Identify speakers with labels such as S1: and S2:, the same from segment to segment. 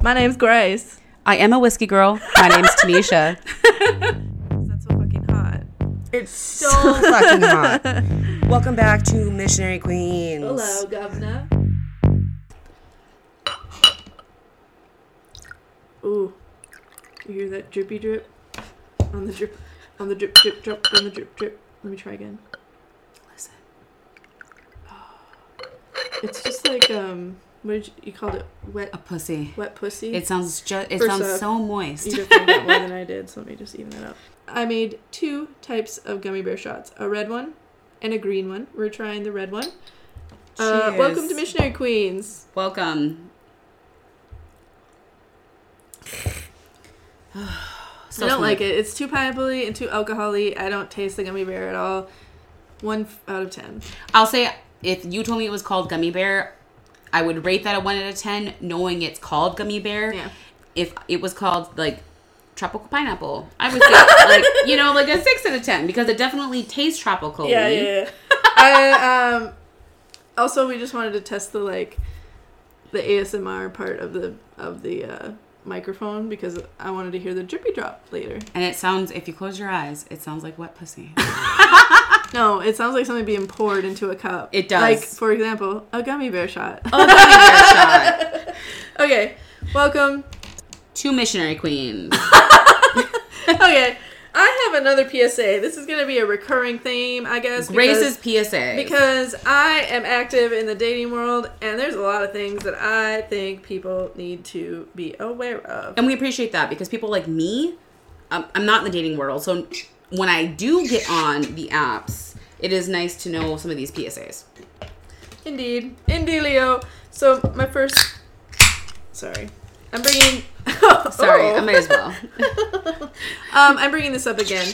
S1: My name's Grace.
S2: I am a whiskey girl. My name's Tanisha.
S1: That's so fucking hot.
S3: It's so fucking hot. Welcome back to Missionary Queens.
S1: Hello, governor. Ooh, you hear that drippy drip on the drip, on the drip drip drip on the drip drip. Let me try again. Listen. Oh. It's just like um, what did you, you called it? Wet,
S2: A pussy.
S1: wet pussy.
S2: It sounds just. It
S1: First
S2: sounds
S1: off,
S2: so
S1: You
S2: moist.
S1: definitely got more than I did, so let me just even that up. I made two types of gummy bear shots a red one and a green one. We're trying the red one. Uh, welcome
S2: Cheers.
S1: to Missionary Queens.
S2: Welcome. So
S1: I don't
S2: sweet.
S1: like it. It's too pineapple and too alcohol-y. I don't taste the gummy bear at all. One f- out of ten.
S2: I'll say if you told me it was called gummy bear, I would rate that a one out of ten, knowing it's called gummy bear.
S1: Yeah.
S2: If it was called like tropical pineapple, I would say like you know like a six out of ten because it definitely tastes tropical.
S1: Yeah, yeah, yeah. I, um, also, we just wanted to test the like the ASMR part of the of the uh, microphone because I wanted to hear the drippy drop later.
S2: And it sounds if you close your eyes, it sounds like wet pussy.
S1: No, it sounds like something being poured into a cup.
S2: It does.
S1: Like, for example, a gummy bear shot.
S2: Oh, gummy bear shot.
S1: okay, welcome.
S2: Two missionary queens.
S1: Okay, I have another PSA. This is going to be a recurring theme, I guess.
S2: Grace's PSA.
S1: Because I am active in the dating world, and there's a lot of things that I think people need to be aware of.
S2: and we appreciate that because people like me um, i'm not in the dating world so when i do get on the apps it is nice to know some of these psas
S1: Indeed. Indeed, Leo. So, my first. Sorry. I'm bringing. Oh.
S2: sorry i might as well
S1: Um, I'm bringing this up again.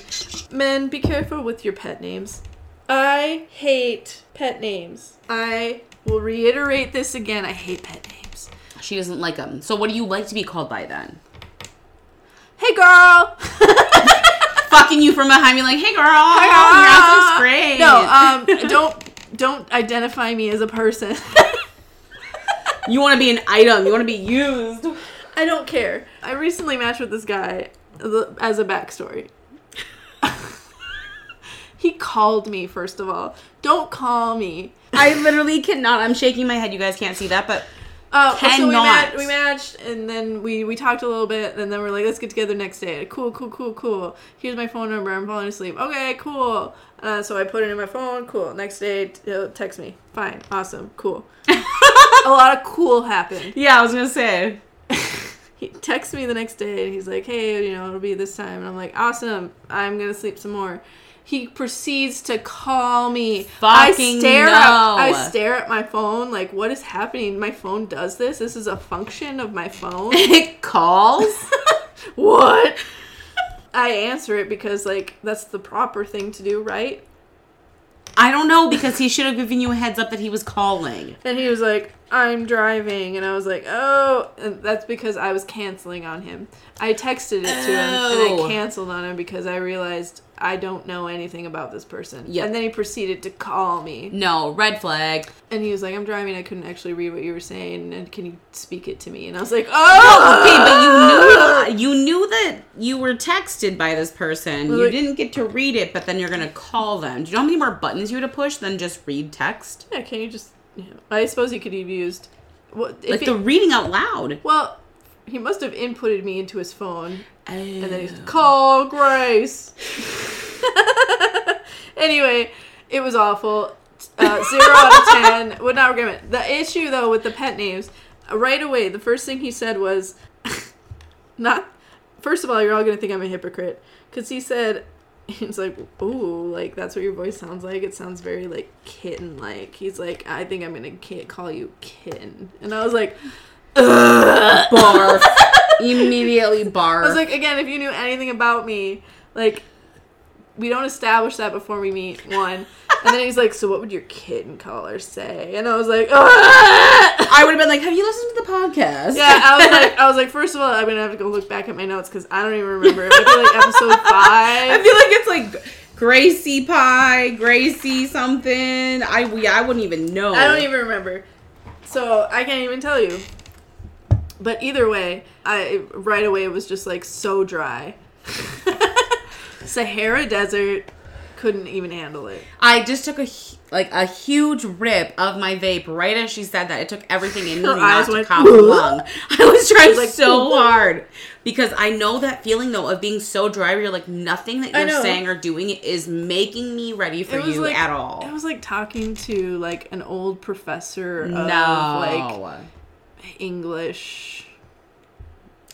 S1: Men, be careful with your pet names. I hate pet names. I will reiterate this again. I hate pet names.
S2: she doesn't like them so what do you like to be called by then
S1: Hey,
S2: Oh,
S1: girl.
S2: fucking you from behind me like hey girl your
S1: Ah!
S2: house looks
S1: No, um,
S2: great
S1: don't don't identify me as a person.
S2: you want to be an item you want to be used
S1: I don't care. I recently matched with this guy the- as a backstory. he called me first of all. Don't call me.
S2: i literally cannot i'm shaking my head you guys can't see that but
S1: Uh, so we,
S2: Cannot.
S1: mat- we matched, and then we we talked a little bit, and then we're like, let's get together next day. Cool, cool, cool, cool. Here's my phone number. I'm falling asleep. Okay, cool. Uh, so I put it in my phone. Cool. Next day, t- he'll text me. Fine. Awesome. Cool. a lot of cool happened.
S2: yeah i was gonna say
S1: He texts me the next day, and he's like, hey, you know, it'll be this time, and I'm like, awesome. I'm gonna sleep some more. He proceeds to call me. I
S2: Fucking
S1: stare at
S2: no.
S1: I stare at my phone like what is happening? My phone does this. This is a function of my phone.
S2: it calls
S1: what? I answer it because like that's the proper thing to do, right?
S2: i don't know because he should have given you a heads up that he was calling
S1: And he was like, "I'm driving," and I was like, "Oh," and that's because I was canceling on him. I texted it to him and I
S2: Oh.
S1: canceled on him because I realized I don't know anything about this person.
S2: Yep.
S1: And then he proceeded to call me,
S2: no red flag
S1: and he was like, "I'm driving. I couldn't actually read what you were saying, and can you speak it to me?" And I was like, "Oh,
S2: Okay, but you knew you knew that you were texted by this person. You
S1: Like-
S2: didn't get to read it, but then you're gonna call them. Do you know how many more buttons you had to push than just read text?
S1: Yeah, can you just? You know, I suppose you could have used. Well, if
S2: Like
S1: he-
S2: the reading out loud.
S1: well, he must have inputted me into his phone,
S2: And
S1: and then he's call Grace. anyway, it was awful. Uh, zero out of ten. Would not recommend. it. The issue though with the pet names, right away, the first thing he said was, not. First of all, you're all gonna think I'm a hypocrite because he said. He's like, ooh, like that's what your voice sounds like. It sounds very like kitten like. He's like, I think I'm gonna ki- call you kitten. And I was like,
S2: barf. Immediately barf.
S1: I was like, again, if you knew anything about me, like, we don't establish that before we meet. One, and then he's like, "So what would your kid and caller say?" And I was like, "Ah!"
S2: I would have been like, "Have you listened to the podcast?"
S1: "Yeah." I was like, "I was like, first of all, I'm gonna have to go look back at my notes because I don't even remember. It would be like episode
S2: I
S1: five.
S2: feel like it's like Gracie pie, Gracie something. I we I wouldn't even know.
S1: I don't even remember, so I can't even tell you." But either way, I right away was just like so dry. Sahara Desert couldn't even handle it.
S2: I just took a hu- like a huge rip of my vape right as she said that. It took everything in me
S1: Her
S2: not
S1: eyes
S2: to
S1: went,
S2: cough a lung. I was trying
S1: like,
S2: so hard because I know that feeling though of being so dry. Where you're like nothing that
S1: I
S2: you're
S1: know.
S2: saying or doing is making me ready for
S1: It was
S2: you
S1: like
S2: at all.
S1: It was like talking to like an old professor of
S2: no,
S1: like English,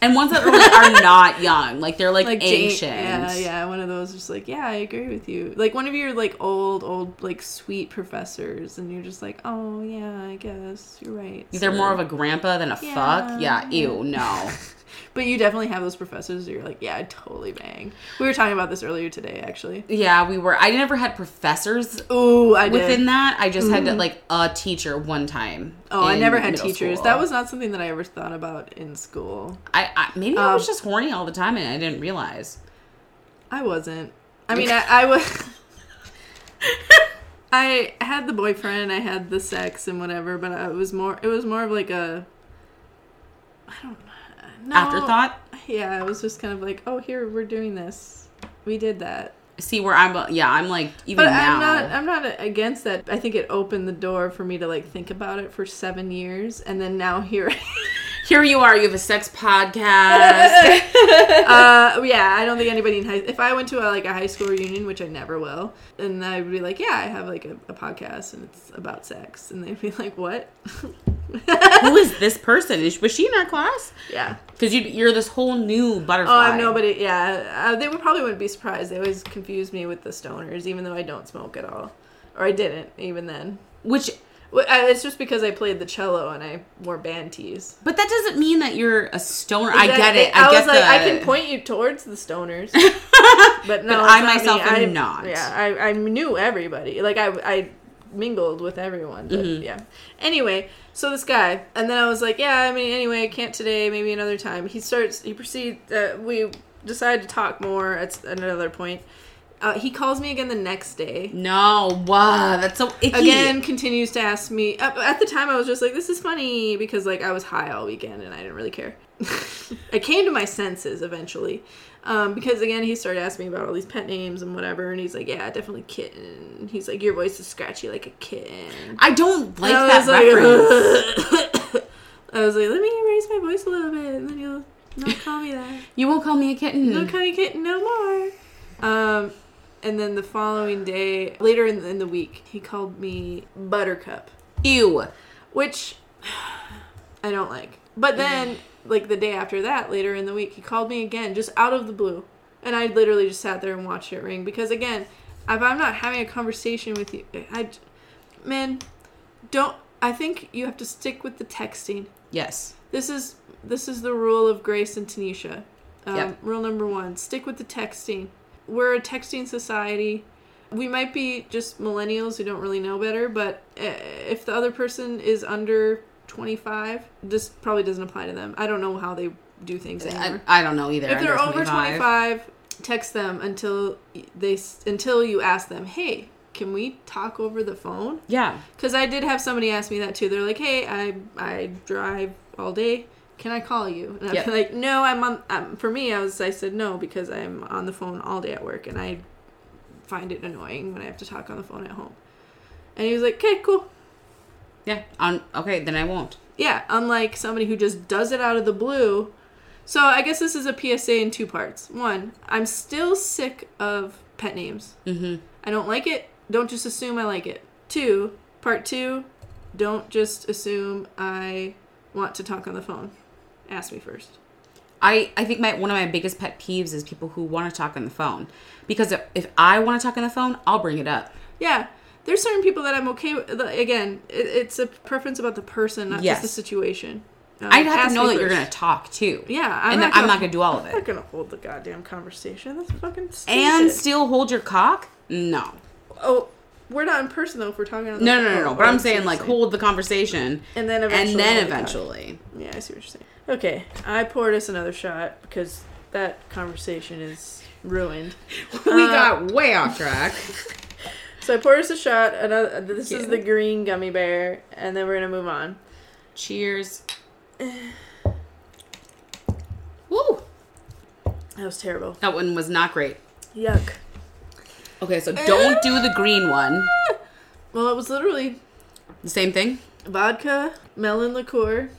S2: and ones that are, like, are not young, like they're like,
S1: like Ja-
S2: ancient.
S1: yeah, yeah. One of those, just like yeah, I agree with you. Like one of your like old, old like sweet professors, and you're just like, oh yeah, I guess you're right.
S2: They're more of a grandpa than a fuck. Yeah,
S1: Yeah.
S2: ew, no.
S1: But you definitely have those professors that you're like, yeah, I totally bang. We were talking about this earlier today, actually.
S2: yeah, we were. I never had professors
S1: Ooh, I did.
S2: within that. I just had like a teacher one time.
S1: Mm. oh, I
S2: in
S1: never had
S2: middle
S1: teachers.
S2: school.
S1: That was not something that I ever thought about in school.
S2: I, I maybe I
S1: Um,
S2: was just horny all the time and I didn't realize.
S1: I wasn't. I mean, I, I was. I had the boyfriend, I had the sex and whatever, but I was more. It was more of like a. I don't know. No.
S2: Afterthought.
S1: Yeah, it was just kind of like, oh, here we're doing this. We did that.
S2: See where I'm. Yeah, I'm like even
S1: But
S2: now.
S1: I'm not uh, I'm not against that. I think it opened the door for me to like think about it for 7 years and then now here
S2: Here you are. You have a sex podcast.
S1: uh yeah, I don't think anybody in high if I went to a, like a high school reunion, which I never will, then I would be like, yeah, I have like a, a podcast and it's about sex and they'd be like, "What?"
S2: Who is this person? Is, was she in our class?
S1: yeah.
S2: Because you, you're this whole new butterfly.
S1: Oh, I'm nobody. Yeah. Uh, they would probably wouldn't be surprised. They always confuse me with the stoners even though I don't smoke at all. Or I didn't even then.
S2: Which,
S1: Well, I- It's just because I played the cello and I wore band tees.
S2: but that doesn't mean that you're a stoner. I get
S1: Exactly.
S2: it. I,
S1: was
S2: get
S1: like, I
S2: the-
S1: can point you towards the stoners, but no,
S2: But I
S1: it's not me.
S2: myself am
S1: I-
S2: not.
S1: Yeah, I, I knew everybody. Like I, I mingled with everyone. But
S2: Mm-hmm.
S1: Yeah. Anyway, so this guy, and then I was like, yeah, I mean, anyway, I can't today. Maybe another time. He starts. He proceeds. Uh, we decide to talk more at s- another point. Uh, he calls me again the next day
S2: No, wow, that's so icky.
S1: again continues to ask me at at the time i was just like this is funny because like i was high all weekend and i didn't really care i came to my senses eventually um, because again he started asking me about all these pet names and whatever and he's like yeah definitely kitten he's like your voice is scratchy like a kitten
S2: I don't like
S1: And I
S2: that
S1: was like,
S2: reference.
S1: i was like let me raise my voice a little bit and then you'll not call me that
S2: you won't call me a kitten.
S1: no cutting kitten no more um and then the following day later in the, in the week he called me buttercup
S2: Ew.
S1: which I don't like. But then, like the day after that, later in the week, he called me again, just out of the blue, and I literally just sat there and watched it ring because again, if I'm not having a conversation with you, I, j- man, don't. I think you have to stick with the texting.
S2: Yes.
S1: This is this is the rule of Grace and Tanisha. Um,
S2: Yep.
S1: Rule number one: stick with the texting. We're a texting society. We might be just millennials who don't really know better, but uh, if the other person is under 25, this probably doesn't apply to them. I don't know how they do things
S2: I,
S1: anymore.
S2: I don't know either.
S1: if they're
S2: Under
S1: over 25, text them until they s- until you ask them, "Hey, can we talk over the phone?"
S2: Yeah.
S1: Because I did have somebody ask me that too. They're like, "Hey, I I drive all day. Can I call you?" And I'm
S2: Yep.
S1: like, "No, I'm on." Um, for me, I was I said no because I'm on the phone all day at work, and I find it annoying when I have to talk on the phone at home. And he was like, "Okay, cool."
S2: Yeah. On, okay, then I won't.
S1: Yeah, unlike somebody who just does it out of the blue. So I guess this is a PSA in two parts. One, I'm still sick of pet names.
S2: Mm-hmm.
S1: I don't like it. Don't just assume I like it. Two, part two, don't just assume I want to talk on the phone. Ask me first.
S2: I, I think my one of my biggest pet peeves is people who want to talk on the phone. Because if, if I want to talk on the phone, I'll bring it up.
S1: Yeah, there's certain people that I'm okay with. the- Again, it, it's a preference about the person, not
S2: Yes.
S1: just the situation. Um,
S2: I'd have
S1: ask
S2: to know
S1: me
S2: that you you're
S1: first.
S2: going to talk too.
S1: Yeah, I'm not
S2: and then I'm
S1: gonna-
S2: not going to do all of
S1: I'm not
S2: it.
S1: gonna hold the goddamn conversation. That's fucking stupid.
S2: And still hold your cock? No.
S1: oh, we're not in person though. If we're talking on the
S2: No, no, no,
S1: phone.
S2: no.
S1: Oh,
S2: But I'm
S1: I see
S2: saying,
S1: what
S2: like,
S1: you're
S2: hold the conversation.
S1: and then eventually,
S2: And then
S1: hold the con-
S2: eventually.
S1: Yeah, I see what you're saying. Okay, I poured us another shot because that conversation is ruined.
S2: We
S1: Uh,
S2: got way off track.
S1: So I poured us a shot. Another. This
S2: Thank
S1: is
S2: you.
S1: the green gummy bear, and then we're gonna move on.
S2: Cheers.
S1: That was terrible.
S2: That one was not great.
S1: Yuck.
S2: Okay, so don't do the green one.
S1: Well, it was literally
S2: The same thing.
S1: vodka, melon liqueur,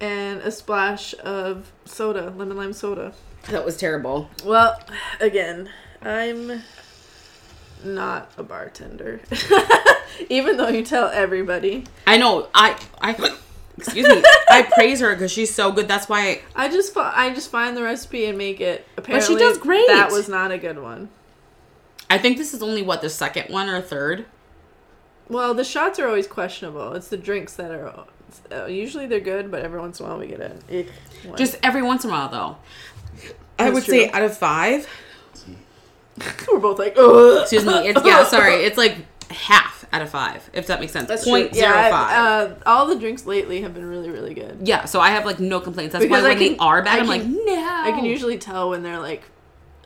S1: and a splash of soda, lemon lime soda.
S2: That was terrible.
S1: Well, again, I'm not a bartender. Even though you tell everybody.
S2: I know. I I excuse me. I praise her because she's so good. That's why.
S1: I just fi- I just find the recipe and make it. Apparently,
S2: does great.
S1: That was not a good one.
S2: I, I think this is only what the second one or third.
S1: Well, the shots are always questionable. It's the drinks that are uh, usually they're good, but every once in a while we get an ick one.
S2: Just every once in a while, though. I
S1: That's
S2: would
S1: true.
S2: say out of five.
S1: we're both like, ugh.
S2: Excuse me. It's yeah. Sorry. It's like half out of five. If that makes sense.
S1: That's
S2: Point
S1: true. Yeah,
S2: zero
S1: I-
S2: five.
S1: uh, all the drinks lately have been really, really good.
S2: Yeah, so I have like no complaints. That's why
S1: Because I
S2: when they
S1: can-
S2: are bad,
S1: I
S2: I'm
S1: can-
S2: like, no.
S1: I can usually tell when they're like,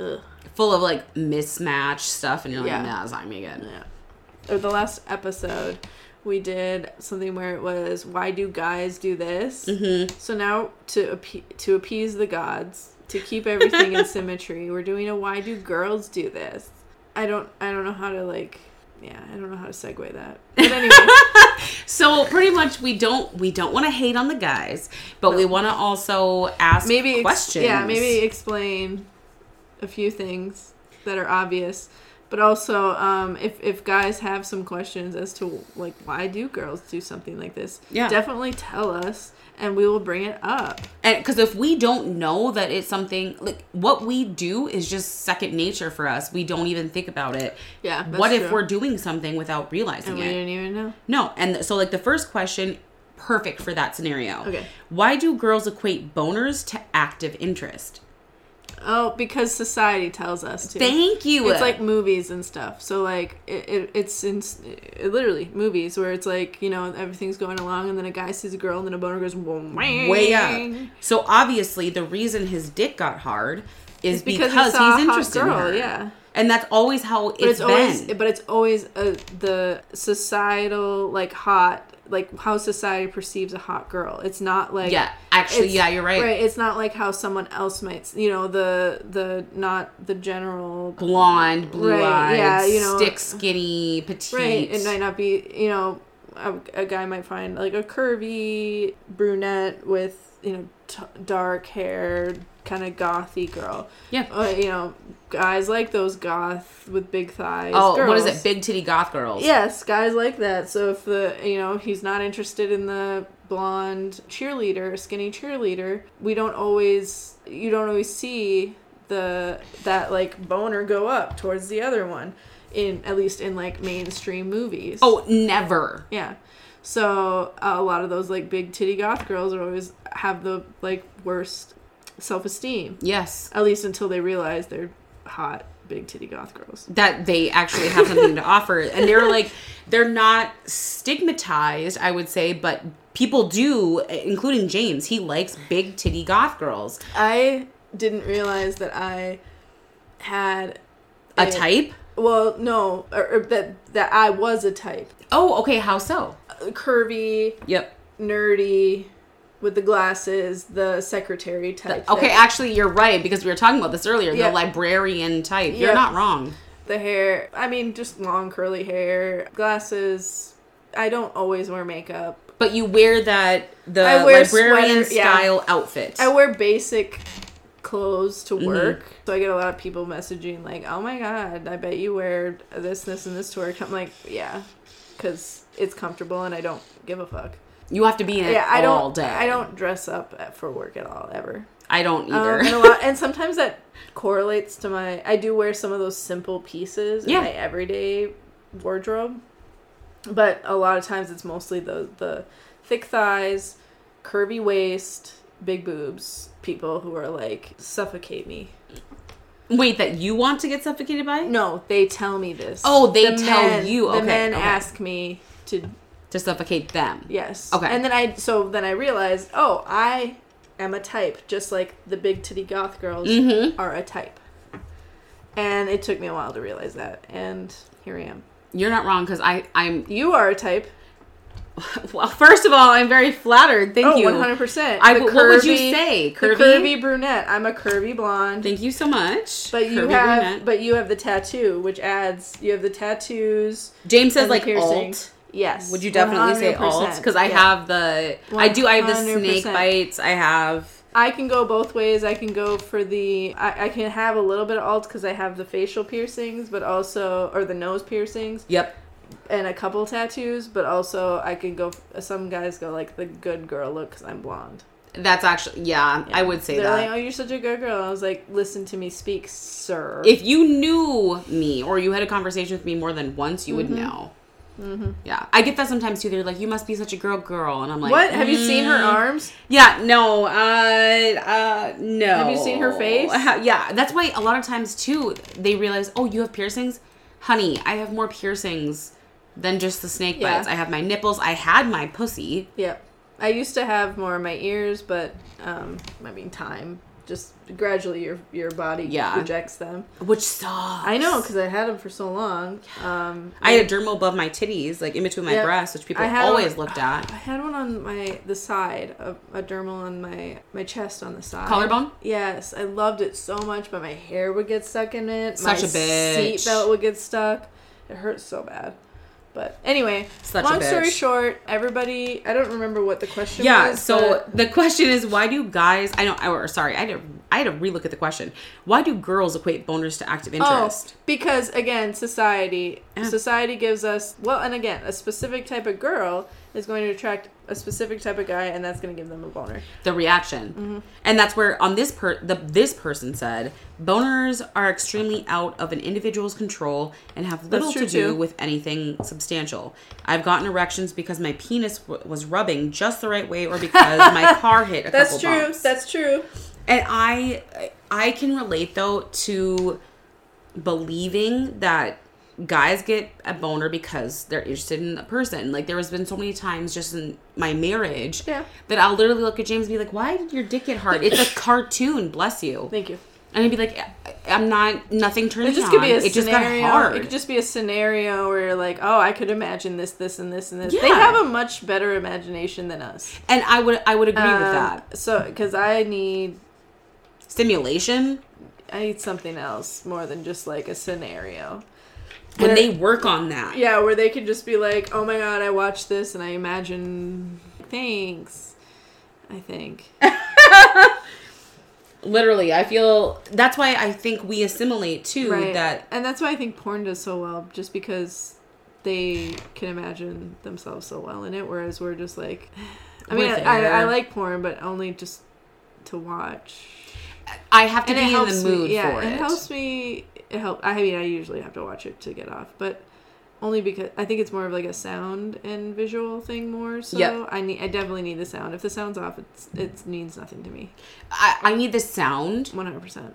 S1: ugh.
S2: full of like mismatched stuff, and you're like,
S1: Yeah.
S2: nah, it's not gonna be good.
S1: Yeah. Or the last episode, we did something where it was, why do guys do this? Mm-hmm. So now to appe- to appease the gods, to keep everything in symmetry, we're doing a why do girls do this? I don't I don't know how to like yeah I don't know how to segue that. But anyway,
S2: So pretty much, we don't we don't want to hate on the guys, but we want to also ask
S1: maybe ex-
S2: questions.
S1: yeah maybe explain a few things that are obvious. But also, um, if, if guys have some questions as to like why do girls do something like this,
S2: Yeah.
S1: definitely tell us, and we will bring it up.
S2: because if we don't know that it's something like what we do is just second nature for us. We don't even think about it.
S1: Yeah, that's
S2: What if
S1: true.
S2: we're doing something without realizing
S1: and we
S2: it?
S1: didn't even know?
S2: No, and so like the first question, perfect for that scenario.
S1: Okay.
S2: Why do girls equate boners to active interest?
S1: Oh, because society tells us to.
S2: Thank you.
S1: it's like movies and stuff. So like it, it it's in it, literally movies where it's like you know everything's going along, and then a guy sees a girl, and then a boner goes wang.
S2: way up. So obviously the reason his dick got hard is
S1: It's because
S2: because,
S1: he saw a
S2: he's
S1: hot
S2: interested
S1: girl,
S2: in her.
S1: yeah.
S2: And that's always how
S1: But it's,
S2: it's been.
S1: always but it's always uh the societal like hot like how society perceives a hot girl. It's not like
S2: Yeah, actually,
S1: it's-
S2: yeah, you're right.
S1: Right, it's not like how someone else might you know the the not the general
S2: Blonde, blue eyed,
S1: yeah, you know.
S2: stick skinny, petite.
S1: right. It might not be you know a, a guy might find like a curvy brunette with you know t- dark hair kind of gothy girl.
S2: Yeah.
S1: Uh, you know guys like those goth with big thighs.
S2: oh, what is
S1: girls.
S2: it? Big titty goth girls.
S1: Yes, guys like that. So if the you know he's not interested in the blonde cheerleader, skinny cheerleader, we don't always you don't always see the that like boner go up towards the other one in at least in like mainstream movies.
S2: Oh, never.
S1: yeah. So uh, a lot of those like big titty goth girls are always have the like worst self esteem.
S2: Yes.
S1: At least until they realize they're hot big titty goth girls.
S2: that they actually have something to offer and they're like they're not stigmatized i would say but people do including james he likes big titty goth girls
S1: I didn't realize that I had
S2: a
S1: Yeah.
S2: type
S1: well, no, or, or that that I was a type,
S2: oh okay how so
S1: curvy,
S2: yep
S1: nerdy, with the glasses, the secretary type. that-
S2: okay actually you're right because we were talking about this earlier
S1: Yeah.
S2: the librarian type you're
S1: Yeah.
S2: not wrong
S1: the hair. I mean, just long curly hair, glasses. I don't always wear makeup.
S2: but you wear that the
S1: I wear
S2: librarian
S1: sweater- yeah.
S2: style outfit
S1: I wear basic clothes
S2: Mm-hmm.
S1: to work. So I get a lot of people messaging like, "Oh my god, I bet you wear this, this, and this to work." I'm like, "Yeah, because it's comfortable and I don't give a fuck."
S2: you have to be in it
S1: Yeah, I
S2: all
S1: don't.
S2: day
S1: I don't dress up at- for work at all ever.
S2: i don't either
S1: Um, and a lot, and sometimes that correlates to my. I do wear some of those simple pieces
S2: Yeah.
S1: in my everyday wardrobe, but a lot of times it's mostly the the thick thighs, curvy waist, big boobs. People who are like suffocate me.
S2: wait that you want to get suffocated by
S1: No, they tell me this.
S2: Oh, they tell you.
S1: The
S2: Okay,
S1: men
S2: okay.
S1: ask me to
S2: to suffocate them
S1: Yes.
S2: Okay.
S1: And then I so then I realized, oh, I am a type, just like the big titty goth
S2: Mm-hmm.
S1: girls are a type. And it took me a while to realize that, and here I am.
S2: you're not wrong because i i'm
S1: You are a type.
S2: Well, first of all, I'm very flattered. Thank
S1: Oh,
S2: you.
S1: 100%.
S2: I
S1: The
S2: w- what would you
S1: curvy-
S2: say?
S1: The
S2: Curvy?
S1: curvy brunette. I'm a curvy blonde.
S2: Thank you so much.
S1: But you
S2: Kirby
S1: have,
S2: Brunette.
S1: but you have the tattoo, which adds. You have the tattoos.
S2: James says
S1: and the
S2: like
S1: piercing.
S2: alt.
S1: Yes.
S2: Would you definitely say
S1: 100%.
S2: alt? Because I
S1: Yeah.
S2: have the I do I have the snake
S1: 100%.
S2: bites. I have
S1: I can go both ways. I can go for the. I, I can have a little bit of alt because I have the facial piercings, but also or the nose piercings
S2: yep.
S1: and a couple tattoos. But also I can go. Some guys go like the good girl look because I'm blonde.
S2: That's actually yeah, I would say
S1: They're
S2: that.
S1: like, oh, you're such a good girl. I was like, listen to me speak, sir.
S2: if you knew me or you had a conversation with me more than once, you
S1: Mm-hmm.
S2: would know. Yeah, I get that sometimes too. They're like, "You must be such a girl, girl," and I'm like,
S1: what have you
S2: mm,
S1: seen her arms?
S2: Yeah, no, uh, uh, no.
S1: Have you seen her face?
S2: yeah, that's why a lot of times too they realize, oh, you have piercings, honey. I have more piercings than just the snake
S1: Yeah.
S2: bites. I have my nipples. I had my pussy.
S1: Yep. I used to have more in my ears, but um, I mean, time just gradually your your body
S2: Yeah.
S1: rejects them.
S2: Which sucks.
S1: I know because I had them for so long. Um,
S2: I had a dermal above my titties, like in between my
S1: Yeah.
S2: breasts, which people
S1: I had
S2: always
S1: one-
S2: looked at.
S1: I had one on my the side, a, a dermal on my my chest on the side.
S2: Collarbone?
S1: Yes, I loved it so much, but my hair would get stuck in it.
S2: Such
S1: my
S2: a bitch.
S1: Seat belt would get stuck. It hurt so bad. But anyway,
S2: Such a
S1: long story
S2: bitch.
S1: short, everybody. I don't remember what the question.
S2: Yeah.
S1: was,
S2: So
S1: but
S2: the question is, why do guys? I don't. Or sorry, I had to. I had to relook at the question. Why do girls equate boners to active interest?
S1: Oh, because again, society
S2: Yeah.
S1: society gives us well, and again, a specific type of girl is going to attract a specific type of guy, and that's going to give them a boner.
S2: The reaction,
S1: Mm-hmm.
S2: and that's where on this per the this person said boners are extremely out of an individual's control and have little
S1: true
S2: to do
S1: too.
S2: with anything substantial. I've gotten erections because my penis w- was rubbing just the right way, or because my car hit a
S1: That's
S2: couple
S1: true.
S2: bumps.
S1: That's true.
S2: And I I can relate though to believing that guys get a boner because they're interested in a person. Like there has been so many times just in my marriage
S1: Yeah.
S2: that I'll literally look at James and be like, "Why did your dick get hard? It's a cartoon, bless you."
S1: Thank you.
S2: And I'd be like, "I- "I'm not nothing turned
S1: It just
S2: on.
S1: could be a
S2: it just got
S1: scenario.
S2: hard."
S1: It could just be a scenario where you're like, oh, I could imagine this, this, and this, and this. They
S2: Yeah.
S1: have a much better imagination than us.
S2: and I would I would agree with
S1: Um,
S2: that.
S1: So, because I need,
S2: Stimulation
S1: I need something else more than just like a scenario.
S2: when
S1: Where-
S2: they work on that.
S1: Yeah, where they could just be like, oh my god, I watched this and I imagine. Thanks. I think.
S2: Literally, I feel that's why I think we assimilate too
S1: right.
S2: that
S1: and that's why I think porn does so well, just because they can imagine themselves so well in it, whereas we're just like, I mean,
S2: We're
S1: I, I, I
S2: there.
S1: like porn, but only just to watch.
S2: I have to
S1: And it
S2: be in
S1: helps
S2: the mood
S1: me. Yeah,
S2: for
S1: it
S2: it.
S1: helps me. It help. I mean, I usually have to watch it to get off, but only because I think it's more of like a sound and visual thing more. So
S2: Yep.
S1: I need. I definitely need the sound. If the sound's off, it's it means nothing to me.
S2: I, I need the sound.
S1: One hundred percent.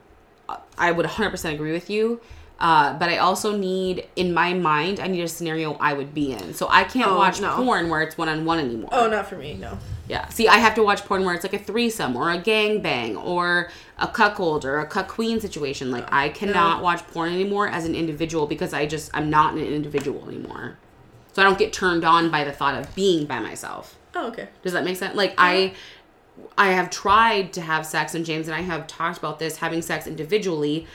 S2: I would 100% agree with you. Uh, but I also need, in my mind, I need a scenario I would be in. So I can't
S1: Oh,
S2: watch
S1: no.
S2: porn where it's one on one anymore.
S1: Oh, not for me. No.
S2: Yeah. See, I have to watch porn where it's like a threesome or a gangbang or a cuckold or a cuck queen situation. Like, I cannot watch porn anymore as an individual because I just, I'm not an individual anymore. So I don't get turned on by the thought of being by myself.
S1: Oh, okay.
S2: Does that make sense? Like I I have tried to have sex and James and I have talked about this having sex individually.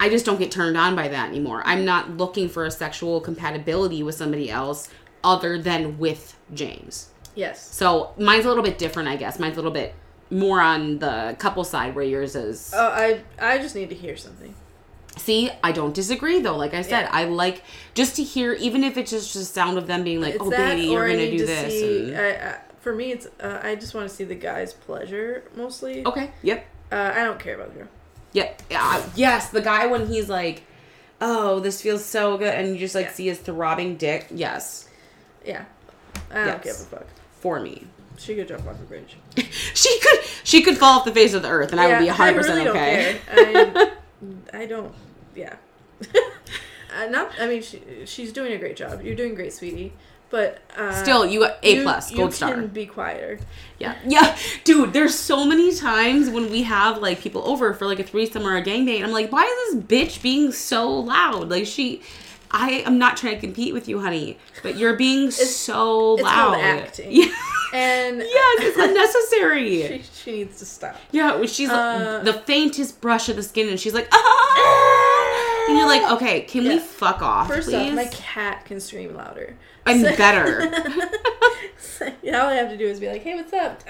S2: I just don't get turned on by that anymore. I'm not looking for a sexual compatibility with somebody else other than with James.
S1: Yes.
S2: So mine's a little bit different, I guess. Mine's a little bit more on the couple side where yours is
S1: Oh, I I just need to hear something.
S2: See, I don't disagree though. Like I said,
S1: Yeah.
S2: I like just to hear even if it's just the sound of them being like,
S1: It's
S2: "Oh
S1: that,
S2: baby,
S1: or
S2: you're
S1: I
S2: going
S1: need
S2: to
S1: to
S2: do this."
S1: See, uh,
S2: and-
S1: I, I, for me, it's uh, I just want to see the guy's pleasure mostly.
S2: okay. Yep.
S1: Uh, I don't care about the girl.
S2: Yeah. yeah. Yes, the guy when he's like, "Oh, this feels so good," and you just like
S1: Yeah.
S2: see his throbbing dick. Yes,
S1: Yeah, I don't
S2: Yes.
S1: give a fuck.
S2: for me.
S1: She could jump off a bridge.
S2: She could she could fall off the face of the earth, and I would be
S1: Yeah,
S2: hundred percent
S1: don't
S2: okay.
S1: care. I, I don't. Yeah. uh, not. I mean, she, she's doing a great job. You're doing great, sweetie. But uh,
S2: Still, you got A plus,
S1: you
S2: gold
S1: Can
S2: star.
S1: be quieter.
S2: Yeah, yeah, dude. There's so many times when we have like people over for like a threesome or a gangbang, and I'm like, why is this bitch being so loud? Like she, I am not trying to compete with you, honey, but you're being so
S1: it's
S2: loud.
S1: called acting.
S2: Yeah.
S1: And
S2: yes, it's unnecessary.
S1: she, she needs to stop.
S2: Yeah, when she's
S1: Uh,
S2: the faintest brush of the skin, and she's like, ah! and you're like, okay, can we
S1: Yeah.
S2: fuck off,
S1: First
S2: please?
S1: off, my cat can scream louder.
S2: I'm
S1: So-
S2: better.
S1: Second, all I have to do is be like, "Hey, what's up?"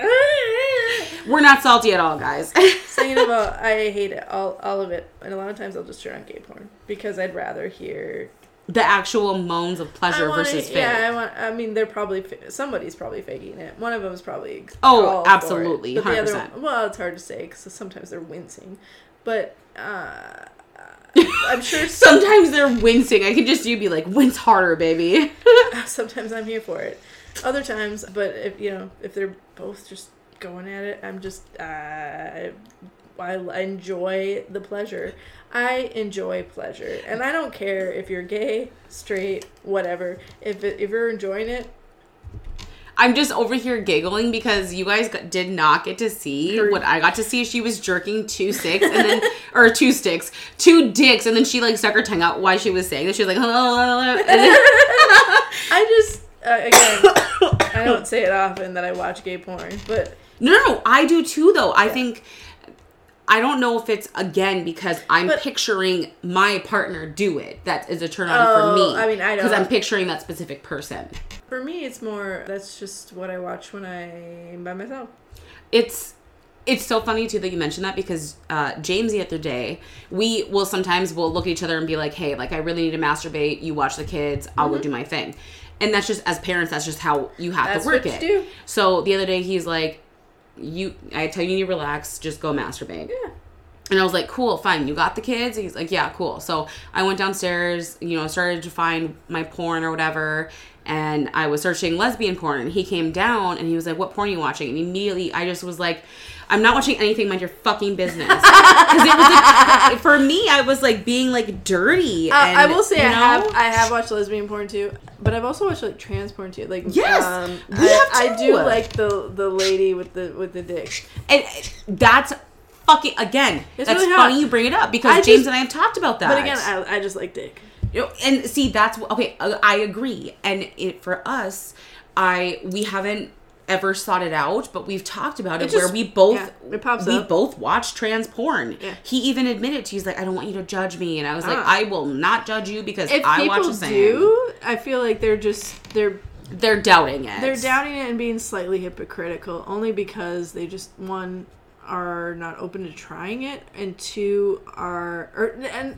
S2: We're not salty at all, guys.
S1: Second of all, I hate it, all all of it, and a lot of times I'll just turn on gay porn because I'd rather hear.
S2: the actual moans of pleasure
S1: I wanna-
S2: versus fake.
S1: yeah, I want. I mean, they're probably fa- somebody's probably faking it. One of them is probably
S2: Oh,
S1: all for it,
S2: absolutely,
S1: but the other
S2: 100%.
S1: one- Well, it's hard to say because sometimes they're wincing, but uh, I'm sure some,
S2: Sometimes they're wincing. I could just you be like, wince harder, baby.
S1: sometimes I'm here for it. Other times, but if you know, if they're both just going at it, I'm just uh, I, I enjoy the pleasure. I enjoy pleasure, and I don't care if you're gay, straight, whatever. If it, if you're enjoying it,
S2: I'm just over here giggling because you guys got, did not get to see
S1: Her-
S2: what I got to see. She was jerking two sticks and then, or two sticks, two dicks, and then she like stuck her tongue out while she was saying that. She was like, and then-
S1: I just uh, again, I don't say it often that I watch gay porn, but
S2: No, no, no, I do too, though. I think I don't know if it's again because I'm
S1: But-
S2: picturing my partner do it. That is a turn on
S1: Oh,
S2: for me.
S1: I mean, I
S2: because
S1: don't-
S2: I'm picturing that specific person.
S1: for me, it's more that's just what I watch when I'm by myself.
S2: It's it's so funny too that you mentioned that because uh, James the other day we will sometimes we'll look at each other and be like, hey, like I really need to masturbate. You watch the kids. I'll go do my thing. And that's just as parents, that's just how you have
S1: Mm-hmm. That's
S2: to work
S1: what you
S2: it.
S1: do.
S2: So the other day he's like, you, I tell you, you need to relax. Just go masturbate.
S1: Yeah.
S2: And I was like, cool, fine. You got the kids? He's like, yeah, cool. So I went downstairs, you know, started to find my porn or whatever. And I was searching lesbian porn. And he came down and he was like, what porn are you watching? And immediately I just was like, I'm not watching anything. Mind your fucking business. 'Cause it was like, for me, I was like being like dirty.
S1: Uh, I
S2: and,
S1: will say I
S2: you know?
S1: have I have watched lesbian porn too, but I've also watched like trans porn too. Like
S2: Yes,
S1: um,
S2: we
S1: I,
S2: have
S1: I do
S2: too.
S1: like the the lady with the with the dick.
S2: And that's fucking, again,
S1: It's
S2: that's
S1: really hot.
S2: funny you bring it up because
S1: I
S2: James
S1: just-
S2: and I have talked about that.
S1: But again, I, I just like dick.
S2: You know, and see that's wh- okay uh, i agree and it for us i we haven't ever sought it out but we've talked about it,
S1: It just-
S2: where we both
S1: yeah, it pops
S2: we
S1: up.
S2: both watch trans porn
S1: Yeah.
S2: he even admitted to he's like i don't want you to judge me and i was like
S1: Ah.
S2: i will not judge you because
S1: If
S2: i watch
S1: people
S2: the same
S1: do, I feel like they're just they're
S2: they're doubting it
S1: They're doubting it and being slightly hypocritical only because they just one are not open to trying it and two are or, and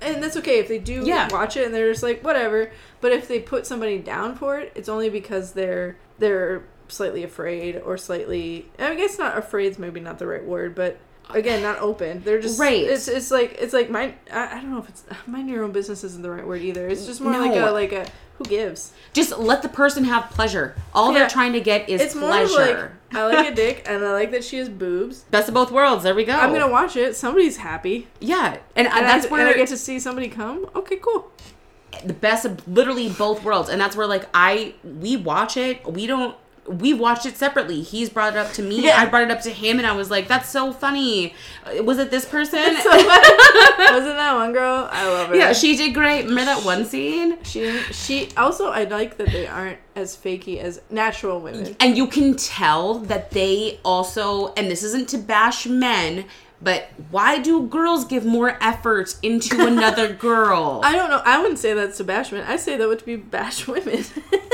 S1: and that's okay if they do
S2: Yeah.
S1: watch it and they're just like whatever but if they put somebody down for it it's only because they're they're slightly afraid or slightly I guess not afraid's maybe not the right word but again not open they're just
S2: Right.
S1: it's it's like it's like my I, I don't know if it's mind your own business isn't the right word either it's just more
S2: No.
S1: like a like a who gives
S2: just let the person have pleasure all
S1: Yeah.
S2: they're trying to get is
S1: it's more of
S2: pleasure
S1: like I like a dick and I like that she has boobs.
S2: best of both worlds there we go
S1: I'm gonna watch it. Somebody's happy,
S2: yeah Oh. and, I
S1: and
S2: that's
S1: I,
S2: where
S1: and I get to see somebody come. Okay, cool.
S2: the best of literally both worlds and that's where like i we watch it we don't we watched it separately he's brought it up to me
S1: Yeah.
S2: i brought it up to him and i was like that's so funny Uh, was it this person
S1: So, wasn't that one girl? I love her.
S2: yeah she did great remember that one scene
S1: she didn't- she also I like that they aren't as fakey as natural women.
S2: and you can tell that they also and this isn't to bash men but why do girls give more effort into another girl
S1: I don't know. I wouldn't say that's to bash men. I say that would be bash women.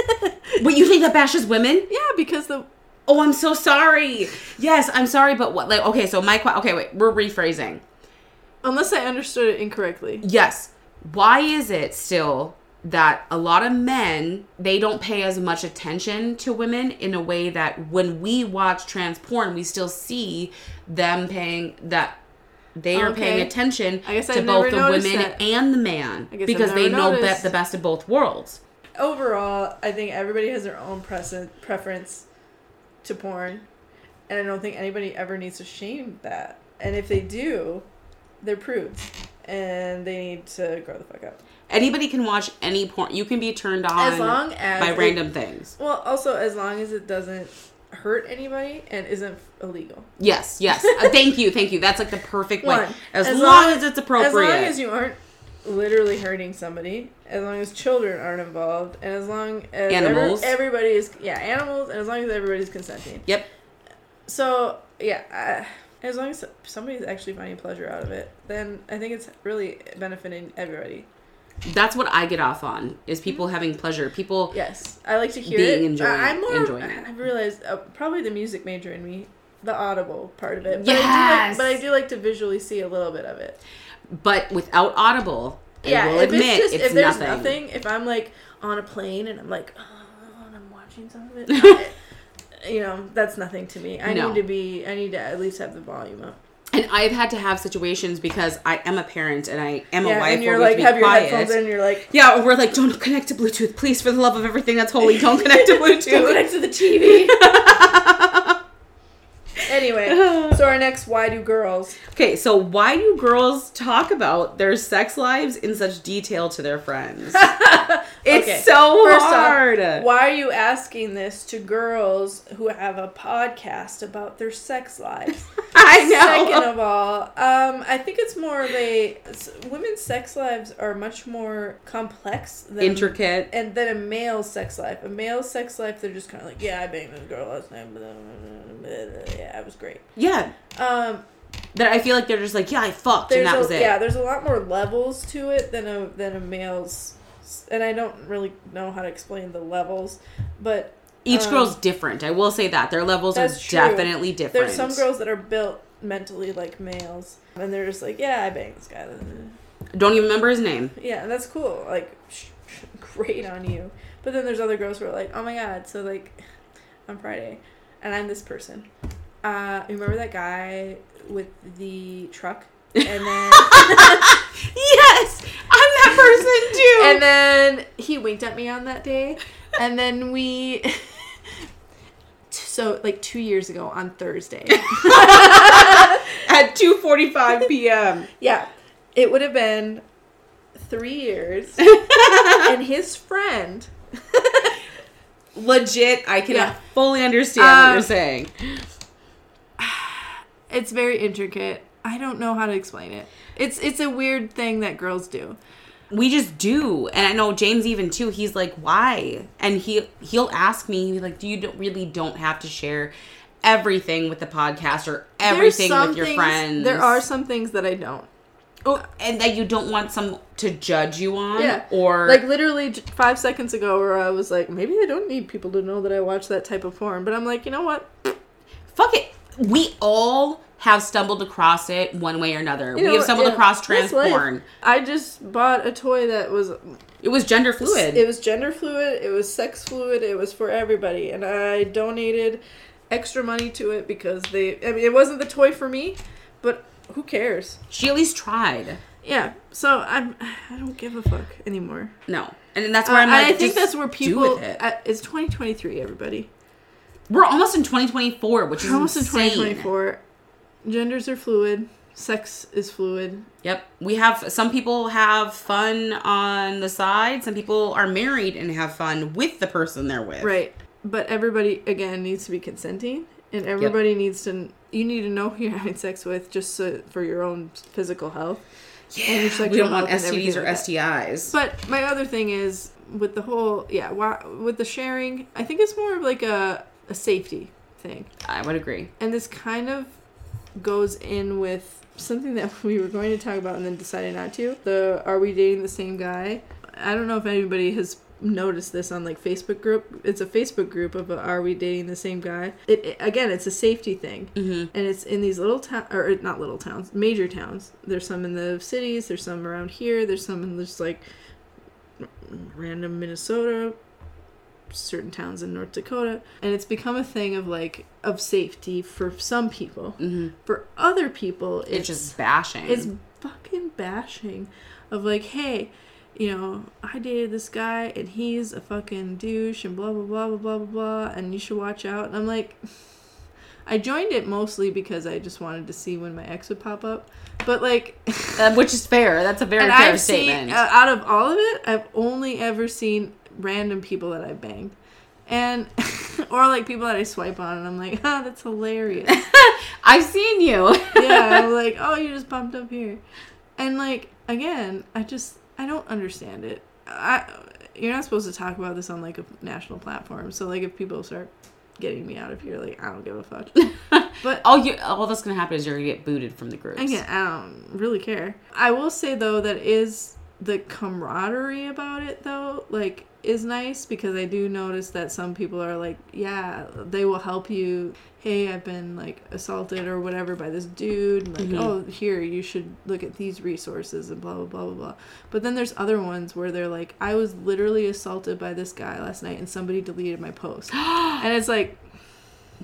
S2: what you think that bashes women
S1: yeah, because the
S2: Oh, I'm so sorry. Yes, I'm sorry, but what? Like, okay, so my que- okay, wait, we're rephrasing.
S1: unless I understood it incorrectly.
S2: Yes. Why is it still that a lot of men they don't pay as much attention to women in a way that when we watch trans porn, we still see them paying that they are
S1: Okay.
S2: paying attention
S1: I guess
S2: to
S1: I've
S2: both
S1: never
S2: the
S1: noticed
S2: women
S1: that.
S2: and the man
S1: guess I've
S2: because they
S1: never
S2: know be-
S1: noticed.
S2: the best of both worlds.
S1: overall, I think everybody has their own pres- preference to porn, and I don't think anybody ever needs to shame that. And if they do, they're prudes, and they need to grow the fuck up.
S2: Anybody can watch any porn. You can be turned on
S1: As long as
S2: by
S1: it-
S2: random things.
S1: Well, also as long as it doesn't hurt anybody and isn't illegal.
S2: Yes, yes. Uh, thank you, thank you. That's like the perfect way.
S1: One,
S2: As, long, as it's appropriate.
S1: As long as you aren't literally hurting somebody, as long as children aren't involved, and as long as every-
S2: Animals.
S1: everybody is yeah animals, and as long as everybody's consenting.
S2: Yep.
S1: So yeah, uh, as long as somebody's actually finding pleasure out of it, then I think it's really benefiting everybody.
S2: That's what I get off on is
S1: Mm-hmm.
S2: people having pleasure. People
S1: Yes, I like to hear
S2: Being
S1: it.
S2: enjoying-
S1: I- I'm more.
S2: enjoying it.
S1: I've realized uh, probably the music major in me, the audible part of it. But I do
S2: Yes.
S1: like, but I do like to visually see a little bit of it.
S2: but without audible, I
S1: yeah,
S2: will
S1: if
S2: admit
S1: it's
S2: it's,
S1: just if there's
S2: nothing.
S1: nothing. if I'm like on a plane and I'm like, oh, and I'm watching some of it. I- You know, that's nothing to me. I
S2: No.
S1: need to be. I need to at least have the volume up.
S2: And I've had to have situations because I am a parent and I am a
S1: Yeah,
S2: wife.
S1: and
S2: where
S1: you're
S2: we
S1: like,
S2: be
S1: have your
S2: quiet.
S1: headphones in. You're like,
S2: Yeah, or we're like, don't connect to Bluetooth, please, for the love of everything that's holy, don't connect to Bluetooth.
S1: Don't connect to the TV. anyway, so our next why do girls?
S2: Okay, so why do girls talk about their sex lives in such detail to their friends? it's
S1: Okay,
S2: so
S1: first off,
S2: hard.
S1: Why are you asking this to girls who have a podcast about their sex lives?
S2: I know.
S1: Second of all, um, I think it's more of a s- women's sex lives are much more complex than
S2: Intricate.
S1: and than a male's sex life. A male's sex life, they're just kind of like, yeah, I banged this girl last night, blah, blah, blah, blah, yeah, it was great.
S2: yeah,
S1: Um,
S2: that I feel like they're just like, yeah, I fucked, and
S1: there's
S2: that
S1: a,
S2: was it.
S1: yeah there's a lot more levels to it than a than a male's and i don't really know how to explain the levels but
S2: Each
S1: um,
S2: girl's different. I will say that their levels are
S1: that's true.
S2: definitely different.
S1: there's some girls that are built mentally like males and they're just like yeah i banged this guy
S2: don't even remember his name.
S1: yeah and that's cool like sh- sh- great on you but then there's other girls who are like oh my god so like on friday and i'm this person uh you remember that guy with the truck and then
S2: Yes, I'm that person too.
S1: and then he winked at me on that day and then we so like two years ago on thursday
S2: at 2:45 p.m.
S1: yeah it would have been three years and his friend
S2: Legit, I can
S1: Yeah.
S2: fully understand what
S1: Um,
S2: you're saying.
S1: it's very intricate i don't know how to explain it it's it's a weird thing that girls do
S2: we just do and i know james even too he's like why and he he'll ask me he's like do you don't, really don't have to share everything with the podcast or
S1: There's
S2: everything
S1: some
S2: with your
S1: things-
S2: friends
S1: there are some things that i don't
S2: oh, and that you don't want some to judge you on
S1: yeah
S2: or
S1: like literally j- five seconds ago where i was like maybe i don't need people to know that i watch that type of porn but i'm like you know what
S2: fuck it we all have stumbled across it one way or another
S1: You
S2: we have
S1: know,
S2: stumbled
S1: yeah,
S2: across trans
S1: that's life.
S2: porn
S1: I just bought a toy that was
S2: it was gender fluid
S1: it was gender fluid, it was sex fluid, it was for everybody, and I donated extra money to it because they. I mean, it wasn't the toy for me, but who cares?
S2: she at least tried
S1: Yeah, so I'm. I don't give a fuck anymore.
S2: no and that's
S1: Uh,
S2: where i'm like
S1: I think
S2: just
S1: that's where
S2: do
S1: people.
S2: with it.
S1: uh, it's 2023, everybody.
S2: we're almost in 2024 which is
S1: We're almost in
S2: insane.
S1: 2024. Genders are fluid. Sex is fluid.
S2: Yep. We have some people have fun on the side, some people are married and have fun with the person they're with.
S1: Right. But everybody again needs to be consenting and everybody needs to you need to know who you're having sex with just so, for your own physical health. and your
S2: We
S1: sexual
S2: don't want
S1: health and everything
S2: STDs or
S1: like that.
S2: STIs.
S1: But my other thing is with the whole yeah, why, with the sharing, I think it's more of like a a safety thing.
S2: I would agree.
S1: And this kind of goes in with something that we were going to talk about and then decided not to. The are we dating the same guy? I don't know if anybody has noticed this on like Facebook group. It's a Facebook group of uh, are we dating the same guy? It, it- again, it's a safety thing. Mm-hmm. And it's in these little town or uh, not little towns, major towns. There's some in the cities, there's some around here, there's some in just like random Minnesota, certain towns in North Dakota, and it's become a thing of like of safety for some people. Mm-hmm. For other people, it's,
S2: It's just bashing.
S1: it's fucking bashing of like, hey, you know, I dated this guy and he's a fucking douche and blah blah blah blah blah blah blah, and you should watch out. And I'm like. I joined it mostly because I just wanted to see when my ex would pop up. But like um,
S2: Uh, which is fair. That's a very
S1: and
S2: fair
S1: I've
S2: statement.
S1: seen uh, out of all of it, I've only ever seen random people that I banged, and or like people that I swipe on, and I'm like, ah, that's hilarious.
S2: I've seen you.
S1: yeah, I'm like, oh, you just bumped up here, and like again, I just I don't understand it. I you're not supposed to talk about this on like a national platform. So like if people start getting me out of here, like I don't give a fuck. but
S2: All you, all that's gonna happen is you're gonna get booted from the groups.
S1: Again, I don't really care. I will say though that is the camaraderie about it though, like is nice because I do notice that some people are like, yeah, they will help you. Hey, I've been like assaulted or whatever by this dude. And, like, oh, here you should look at these resources and blah blah blah blah blah. But then there's other ones where they're like, I was literally assaulted by this guy last night and somebody deleted my post, and it's like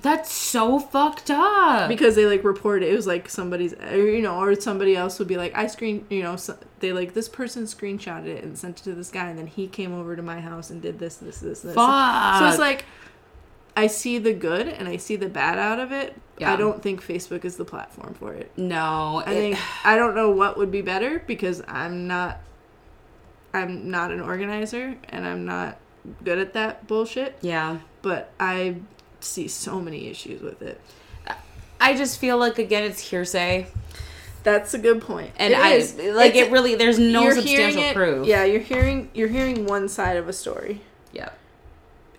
S2: That's so fucked up.
S1: because they like report it. It was like somebody's, or, you know, or somebody else would be like, I screen, you know, so, they like this person screenshotted it and sent it to this guy, and then he came over to my house and did this, this, this, this.
S2: Fuck.
S1: So it's like, I see the good and I see the bad out of it.
S2: Yeah. Eh.
S1: I don't think Facebook is the platform for it.
S2: no,
S1: I
S2: it-
S1: think I don't know what would be better because I'm not, I'm not an organizer and I'm not good at that bullshit.
S2: yeah.
S1: But I see so many issues with it.
S2: I just feel like again it's hearsay,
S1: That's a good point.
S2: and I
S1: is.
S2: like
S1: It's-
S2: it really. There's no
S1: you're hearing
S2: substantial
S1: it-
S2: proof.
S1: Yeah, you're hearing you're hearing one side of a story.
S2: Yep.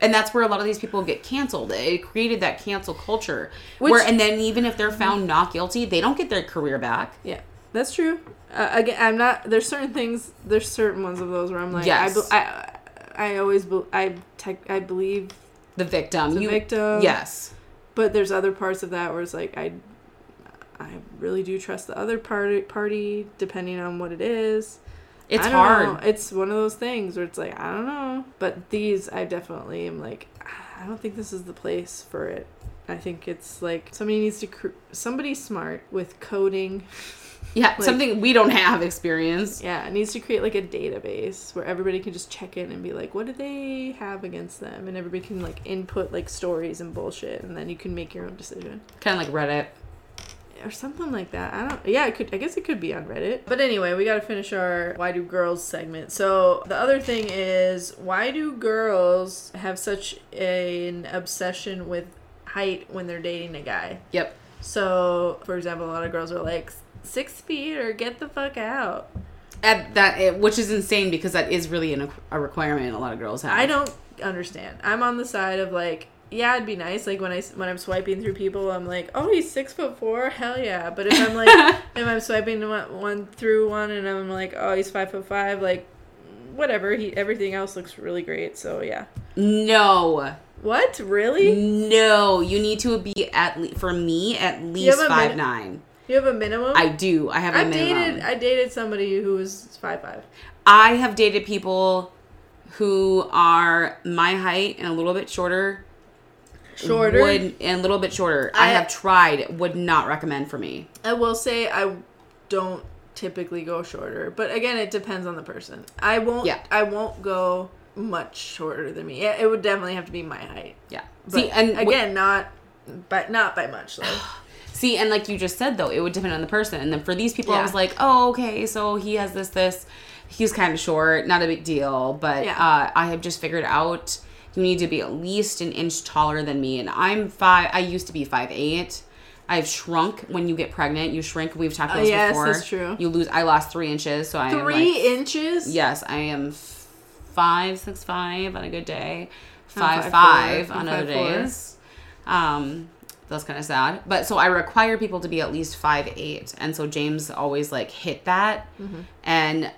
S2: And that's where a lot of these people get canceled. It created that cancel culture.
S1: Which-
S2: where and then even if they're found not guilty, they don't get their career back.
S1: Yeah, that's true. Uh, again, I'm not. There's certain things. There's certain ones of those where I'm like,
S2: Yes.
S1: I, be- I, I always be, I tech, I believe,
S2: The victim.
S1: The
S2: you,
S1: victim.
S2: Yes.
S1: but there's other parts of that where it's like I, I really do trust the other party party depending on what it is.
S2: It's
S1: I don't
S2: hard.
S1: know. It's one of those things where it's like I don't know. But these, I definitely am like, "Ah, I don't think this is the place for it. I think it's like somebody needs to cr- somebody smart with coding.
S2: Yeah. something we don't have experience.
S1: Yeah, it needs to create like a database where everybody can just check in and be like, what do they have against them? And everybody can like input like stories and bullshit, and then you can make your own decision.
S2: Kind of like Reddit.
S1: or something like that. I don't. Yeah, it could. I guess it could be on Reddit. But anyway, we got to finish our "Why Do Girls" segment. So the other thing is, why do girls have such an obsession with height when they're dating a guy?
S2: Yep.
S1: So, for example, a lot of girls are like six feet or get the fuck out.
S2: At that, it, which is insane because that is really an, a requirement a lot of girls have.
S1: I don't understand. I'm on the side of like. Yeah, it'd be nice. Like when I when I'm swiping through people, I'm like, oh, he's six foot four, hell yeah. But if I'm like, if I'm swiping one, one through one and I'm like, oh, he's five foot five, like, whatever. He everything else looks really great. So yeah.
S2: no,
S1: What really?
S2: no. You need to be at le- for me at least
S1: have a
S2: five
S1: minute-
S2: nine.
S1: You have a minimum.
S2: I do. I have a
S1: I
S2: minimum.
S1: dated I dated somebody who was five five.
S2: I have dated people who are my height and a little bit shorter.
S1: Shorter.
S2: Would, and a little bit shorter. I,
S1: I-
S2: have tried, would not recommend for me.
S1: I will say I don't typically go shorter, but again, it depends on the person. I won't.
S2: Yeah.
S1: I won't go much shorter than me. It, it would definitely have to be my height.
S2: Yeah.
S1: But
S2: see, and wh-
S1: again, not but not by much though.
S2: see, and like you just said though, it would depend on the person. And then for these people, I
S1: Yeah.
S2: was like, oh, okay, so he has this, this. He's kind of short, not a big deal. But
S1: Yeah.
S2: uh, I have just figured out you need to be at least an inch taller than me. And I'm five. I used to be five eight. I've shrunk when you get pregnant. You shrink. We've talked
S1: Uh,
S2: about this
S1: yes,
S2: before.
S1: that's true.
S2: You lose. I lost three inches, so I am like
S1: Three inches.
S2: Yes, I am f- five, six, five on a good day, five,
S1: Oh, five,
S2: five
S1: four.
S2: on
S1: I'm
S2: other
S1: five, four.
S2: days. Um, that's kind of sad. But so I require people to be at least five eight, and so James always like hit that,
S1: Mm-hmm.
S2: and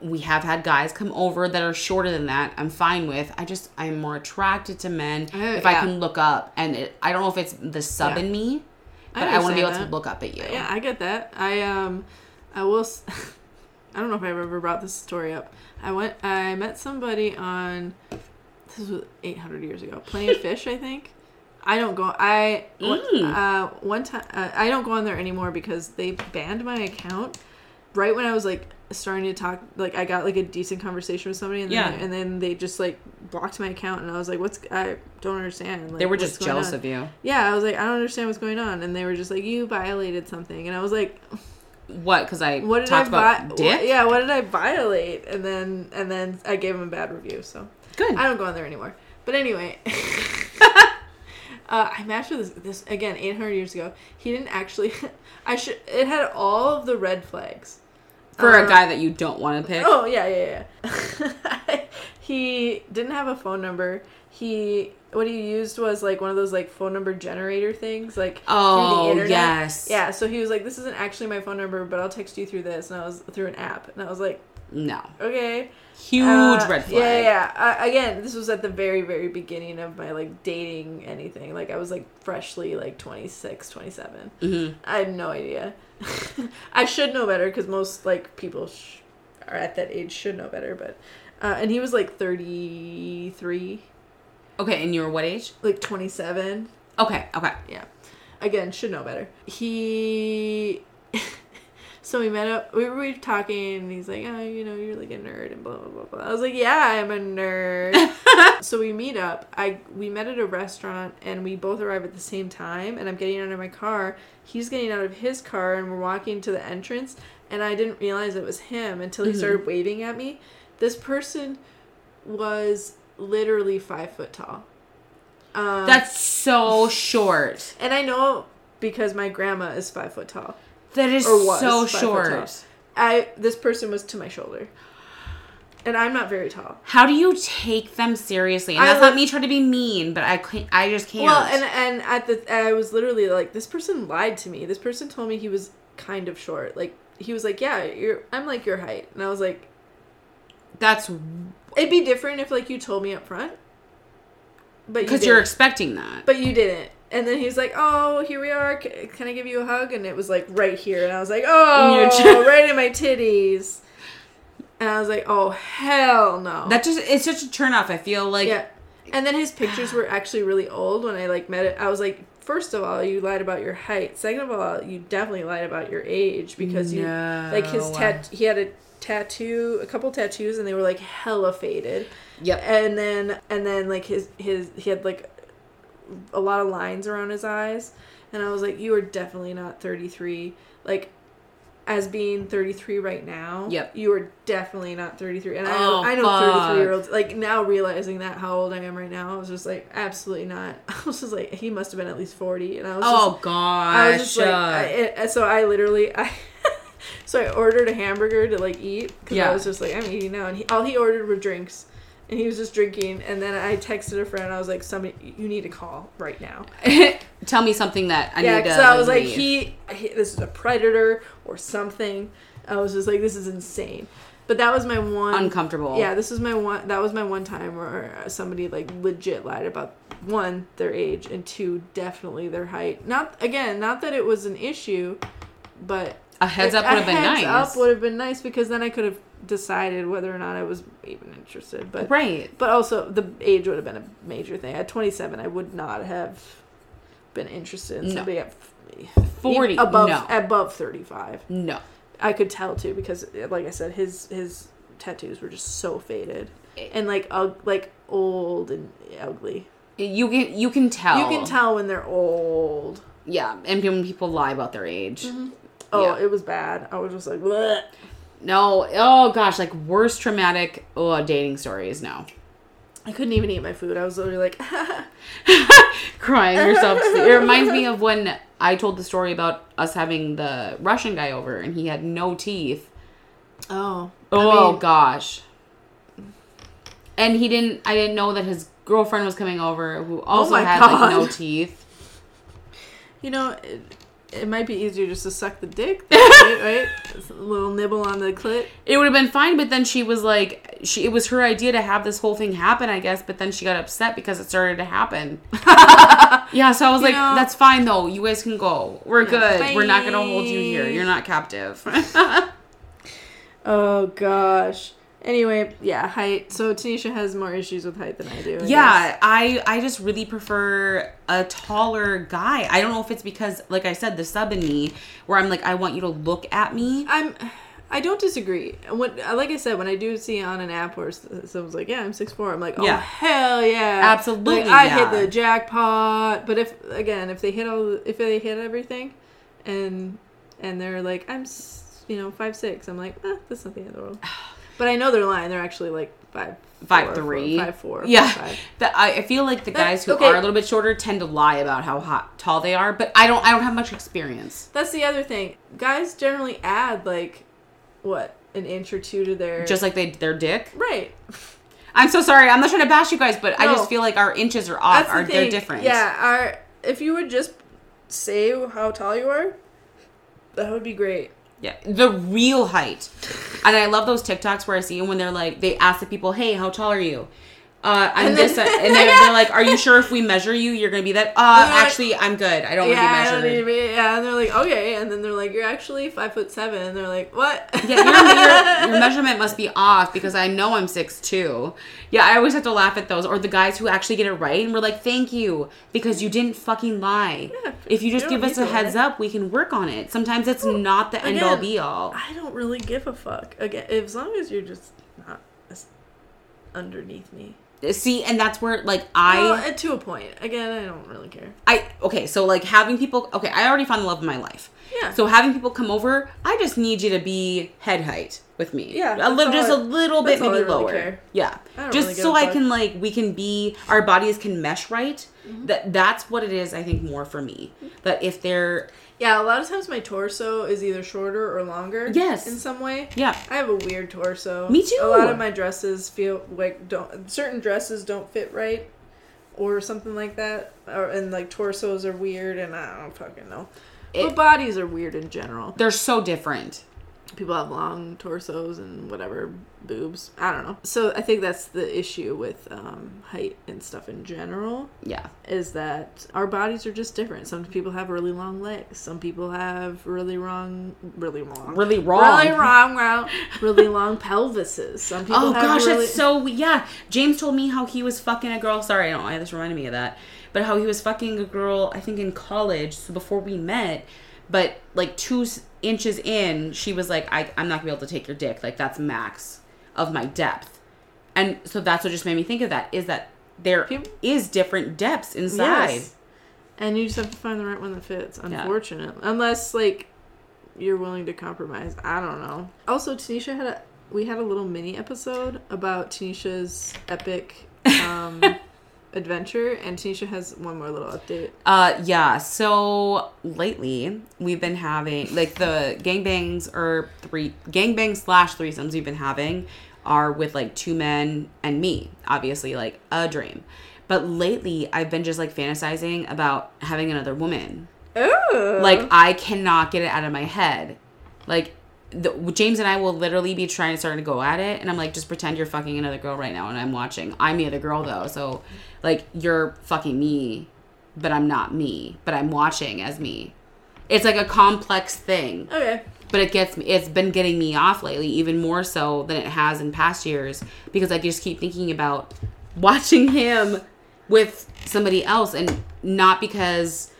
S2: we have had guys come over that are shorter than that. I'm fine with. I just I'm more attracted to men
S1: Oh,
S2: if I
S1: yeah.
S2: can look up, and it, I don't know if it's the sub
S1: Yeah.
S2: in me,
S1: I
S2: but I, want to be able
S1: understand
S2: to
S1: that.
S2: look up at you.
S1: Yeah, I get that. I um, I will. s- I don't know if I've ever brought this story up. I went. I met somebody on. This was 800 years ago. Playing fish, I think. I don't go. I one-
S2: Mm.
S1: uh, one time. Uh, I don't go on there anymore because they banned my account right when I was like starting to talk. Like I got like a decent conversation with somebody, and then,
S2: Yeah.
S1: and then they just like blocked my account, and I was like, "What's? I don't understand." Like,
S2: They were
S1: what's
S2: just
S1: going on?
S2: jealous of you.
S1: yeah, I was like, I don't understand what's going on, and they were just like, you violated something, and I was like,
S2: What? Because I
S1: what did
S2: talked
S1: I
S2: about
S1: vi-
S2: dick.
S1: what- yeah, what did I violate? And then and then I gave him a bad review, so
S2: Good.
S1: I don't go on there anymore. But anyway, uh, I matched with this, this again 800 years ago. He didn't actually. I should. It had all of the red flags. Um,
S2: for a guy that you don't want to pick.
S1: Uh, Oh yeah, yeah, yeah. he didn't have a phone number. He what he used was like one of those like phone number generator things, like through
S2: Oh,
S1: the internet.
S2: yes.
S1: yeah. So he was like, "This isn't actually my phone number, but I'll text you through this," and I was through an app, and I was like,
S2: No,
S1: "Okay."
S2: huge
S1: Uh,
S2: red flag.
S1: Yeah, yeah. Uh, again, this was at the very, very beginning of my like dating anything. Like I was like freshly like 26, 27.
S2: Mhm.
S1: I had no idea. I should know better because most like people sh- are at that age should know better. But uh, and he was like thirty three,
S2: Okay, and you were what age?
S1: like twenty seven.
S2: Okay, okay.
S1: Yeah. Again, should know better. He. so we met up. We were, we were talking, and he's like, "Oh, you know, you're like a nerd," and blah blah blah blah. I was like, "Yeah, I'm a nerd." so we meet up. I we met at a restaurant, and we both arrive at the same time. And I'm getting out of my car. He's getting out of his car, and we're walking to the entrance. And I didn't realize it was him until he started waving at me. This person was literally five foot tall. Um,
S2: That's so short.
S1: and I know because my grandma is five foot tall.
S2: That is
S1: Or was
S2: so
S1: five foot tall.
S2: short.
S1: I this person was to my shoulder. And I'm not very tall.
S2: How do you take them seriously? And
S1: I
S2: that's
S1: like-
S2: not me trying to be mean, but I can't, I just can't.
S1: Well, and and at the I was literally like, this person lied to me. This person told me he was kind of short. Like he was like, yeah, you're. I'm like your height, and I was like,
S2: that's
S1: it'd be different if like you told me up front. But you
S2: because you're
S1: didn't.
S2: expecting that.
S1: but you didn't. And then he's like, "Oh, here we are. C- Can I give you a hug?" And it was like right here, and I was like,
S2: your
S1: "Oh,
S2: chest.
S1: right in my titties." And I was like, "Oh hell no!"
S2: that just it's such a turnoff. I feel like
S1: yeah. And then his pictures were actually really old when I like met it. I was like, first of all, you lied about your height. Second of all, you definitely lied about your age because you like his
S2: No.
S1: tat. He had a tattoo, a couple tattoos, and they were like hella faded
S2: Yep.
S1: and then and then like his his he had like a lot of lines around his eyes and i was like you are definitely not 33 like as being 33 right now
S2: Yep.
S1: you are definitely not 33 and
S2: Oh,
S1: i know, I know
S2: fuck.
S1: 33 year olds like now realizing that how old i am right now i was just like absolutely not i was just like he must have been at least 40 and i was just
S2: Oh gosh.
S1: I was just like,
S2: uh,
S1: I, it, so I literally, I, so I ordered a hamburger to like eat because
S2: Yeah.
S1: I was just like, I'm eating now, and he, all he ordered were drinks, and he was just drinking, and then I texted a friend, I was like, somebody, you need to call right now.
S2: uh, tell me something that I
S1: yeah,
S2: need to.
S1: so I was like,
S2: leave.
S1: he, he, this is a predator or something. I was just like, this is insane. But that was my one
S2: uncomfortable.
S1: yeah, this is my one. That was my one time where somebody like legit lied about one their age and two definitely their height. Not again, not that it was an issue, but
S2: a heads up
S1: a
S2: would have been
S1: heads
S2: nice.
S1: up would have been nice because then I could have decided whether or not I was even interested. But
S2: right.
S1: but also the age would have been a major thing. At twenty seven, I would not have been interested in
S2: No.
S1: somebody at
S2: Forty.
S1: above
S2: no.
S1: above thirty five.
S2: no.
S1: I could tell too because, like I said, his his tattoos were just so faded and like ug- like old and ugly.
S2: You can you can tell.
S1: You can tell when they're old.
S2: Yeah, and when people lie about their age.
S1: Oh,
S2: Yeah.
S1: it was bad. I was just like, Bleh.
S2: No. Oh gosh, like worst traumatic oh, dating stories. No.
S1: I couldn't even eat my food. I was literally like,
S2: Crying yourself to sleep. It reminds me of when I told the story about us having the Russian guy over and he had no teeth.
S1: oh,
S2: Oh
S1: I mean,
S2: gosh. And he didn't I didn't know that his girlfriend was coming over who also
S1: Oh my
S2: had
S1: God.
S2: like no teeth.
S1: you know, it, it might be easier just to suck the dick, then, right? right? Just a little nibble on the clit.
S2: It would have been fine, but then she was like she it was her idea to have this whole thing happen, I guess, but then she got upset because it started to happen. yeah, so I was like,
S1: know-
S2: that's fine though. You guys can go. We're good. We're not gonna hold you here.
S1: Bye.
S2: You're not captive.
S1: Oh gosh. Anyway, yeah, height. So Tanisha has more issues with height than I do. I guess.
S2: Yeah, I I just really prefer a taller guy. I don't know if it's because, like I said, the sub in me, where I'm like, I want you to look at me.
S1: I'm. I don't disagree. When, like I said, when I do see on an app where s- someone's like, "Yeah, I'm 6'4", I'm like, "Oh
S2: Yeah.
S1: hell yeah,
S2: Absolutely,
S1: Like, I
S2: yeah.
S1: hit the jackpot." But if again, if they hit all, the- if they hit everything, and and they're like, "I'm, s- you know, five six, I'm like, eh, "That's not the end of the world." But I know they're lying. They're actually like five,
S2: Five
S1: four,
S2: three,
S1: four- five four,
S2: Yeah,
S1: five five.
S2: The- I, I feel like the guys who
S1: okay.
S2: are a little bit shorter tend to lie about how hot tall they are, but I don't. I don't have much experience.
S1: That's the other thing. Guys generally add like what an inch or two to their
S2: Just like they their dick.
S1: right.
S2: I'm so sorry. I'm not trying to bash you guys, but I
S1: No.
S2: just feel like our inches are off. Are they're different?
S1: Yeah, our if you would just say how tall you are, that would be great.
S2: Yeah, the real height. And I love those TikToks where I see them when they're like, they ask the people, "Hey, how tall are you?" Uh, I'm
S1: And
S2: this,
S1: then-
S2: and they're, they're like, "Are you sure if we measure you, you're gonna be that?" Uh,
S1: Yeah.
S2: actually, I'm good. I don't want to
S1: Yeah, I
S2: be
S1: don't need to
S2: measured.
S1: be. Yeah, and they're like, okay, and then they're like, you're actually five foot seven, and they're like, what?
S2: Yeah, your, your, your measurement must be off because I know I'm six two. Yeah, I always have to laugh at those or the guys who actually get it right and we're like, "Thank you," because you didn't fucking lie. if you just
S1: you don't
S2: give us
S1: need
S2: a
S1: to
S2: heads
S1: lie.
S2: up, we can work on it. Sometimes it's not the end all
S1: again,
S2: be all.
S1: I don't really give a fuck. Again, as long as you're just not as underneath me.
S2: See, and that's where like I.
S1: well, uh, to a point. Again, I don't really care.
S2: I okay, so like having people okay, I already found the love of my life.
S1: Yeah.
S2: So having people come over, I just need you to be head height with me.
S1: Yeah,
S2: a little,
S1: that's all
S2: just a
S1: I-
S2: little
S1: that's
S2: bit,
S1: all I
S2: maybe
S1: really
S2: lower.
S1: care.
S2: Yeah,
S1: I don't
S2: just
S1: really give
S2: so
S1: a
S2: I
S1: fuck.
S2: can like we can be our bodies can mesh right.
S1: Mm-hmm.
S2: That that's what it is. I think more for me. That if they're
S1: Yeah, a lot of times my torso is either shorter or longer.
S2: Yes.
S1: In some way.
S2: yeah,
S1: I have a weird torso.
S2: Me too.
S1: A lot of my dresses feel like don't certain dresses don't fit right, or something like that, or and like torsos are weird, and I don't fucking know.
S2: It-
S1: but bodies are weird in general.
S2: they're so different.
S1: People have long torsos and whatever boobs. I don't know. So I think that's the issue with um, height and stuff in general
S2: Yeah,
S1: is that our bodies are just different. Some people have really long legs. Some people have really wrong, really wrong,
S2: Really wrong.
S1: really wrong, wrong really long pelvises. Some people
S2: Oh
S1: have
S2: gosh,
S1: really,
S2: that's so yeah. James told me how he was fucking a girl. Sorry, I don't. I just reminded me of that. But how he was fucking a girl, I think in college, so before we met. But like two s- inches in, she was like, I, "I'm not gonna be able to take your dick. Like that's max of my depth." And so that's what just made me think of that is that there
S1: Peop-
S2: is different depths inside.
S1: Yes. And you just have to find the right one that fits,
S2: Yeah.
S1: unfortunately. Unless, like, you're willing to compromise. I don't know. Also, Tanisha had a. We had a little mini episode about Tanisha's epic um, adventure, and Tanisha has one more little update.
S2: Uh, yeah. So lately, we've been having like the gangbangs or three gangbang slash threesomes we've been having are with like two men and me. Obviously, like a dream. But lately, I've been just like fantasizing about having another woman.
S1: Ooh.
S2: Like I cannot get it out of my head. Like the, James and I will literally be trying to start to go at it, and I'm like, just pretend you're fucking another girl right now, and I'm watching. I'm the other girl though, so like you're fucking me, but I'm not me, but I'm watching as me. It's like a complex thing
S1: Okay.
S2: but it gets me it's been getting me off lately even more so than it has in past years because i just keep thinking about watching him with somebody else and not because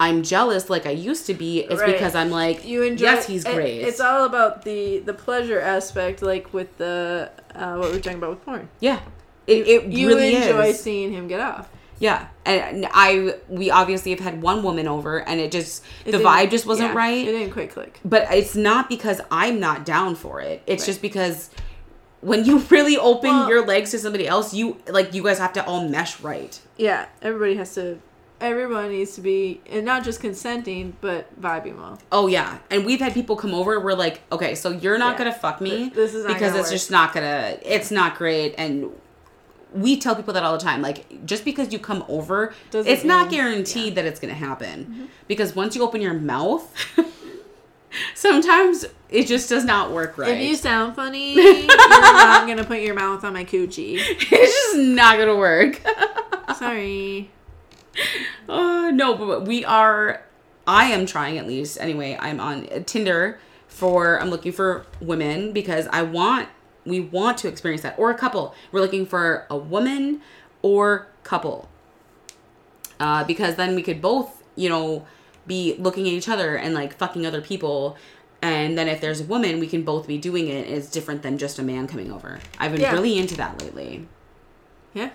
S2: i'm jealous like i used to be it's
S1: Right.
S2: because i'm like
S1: you enjoy.
S2: yes he's
S1: it-
S2: great
S1: It's all about the the pleasure aspect, like with the uh, what we were talking about with porn.
S2: yeah it, it
S1: You
S2: really
S1: enjoy
S2: is.
S1: seeing him get off.
S2: yeah and i we obviously have had one woman over and it just
S1: It
S2: the
S1: didn't-
S2: vibe just wasn't
S1: yeah,
S2: right
S1: It didn't quite click.
S2: but it's not because I'm not down for it. It's just because when you really open
S1: Well-
S2: your legs to somebody else, you like you guys have to all mesh right.
S1: Yeah, everybody has to. Everyone needs to be, and not just consenting, but vibing well.
S2: Oh yeah, and we've had people come over. We're like, okay, so you're not
S1: Yeah.
S2: gonna fuck me.
S1: Th- this is not
S2: because
S1: gonna
S2: it's
S1: work.
S2: just not gonna. It's not great, and we tell people that all the time. Like, just because you come over,
S1: Doesn't
S2: it's not
S1: mean- Mm-hmm.
S2: guaranteed that it's gonna happen. Because once you open your mouth, sometimes it just does not work right.
S1: If you sound funny, you're not gonna put your mouth on my coochie.
S2: it's just not gonna work.
S1: Sorry.
S2: Uh, no, but we are. I am trying at least. Anyway, I'm on Tinder for. I'm looking for women because I want. We want to experience that or a couple. We're looking for a woman or couple. Uh, because then we could both, you know, be looking at each other and like fucking other people. And then if there's a woman, we can both be doing it. And it's different than just a man coming over. I've been
S1: Yeah.
S2: really into that lately.
S1: Yeah.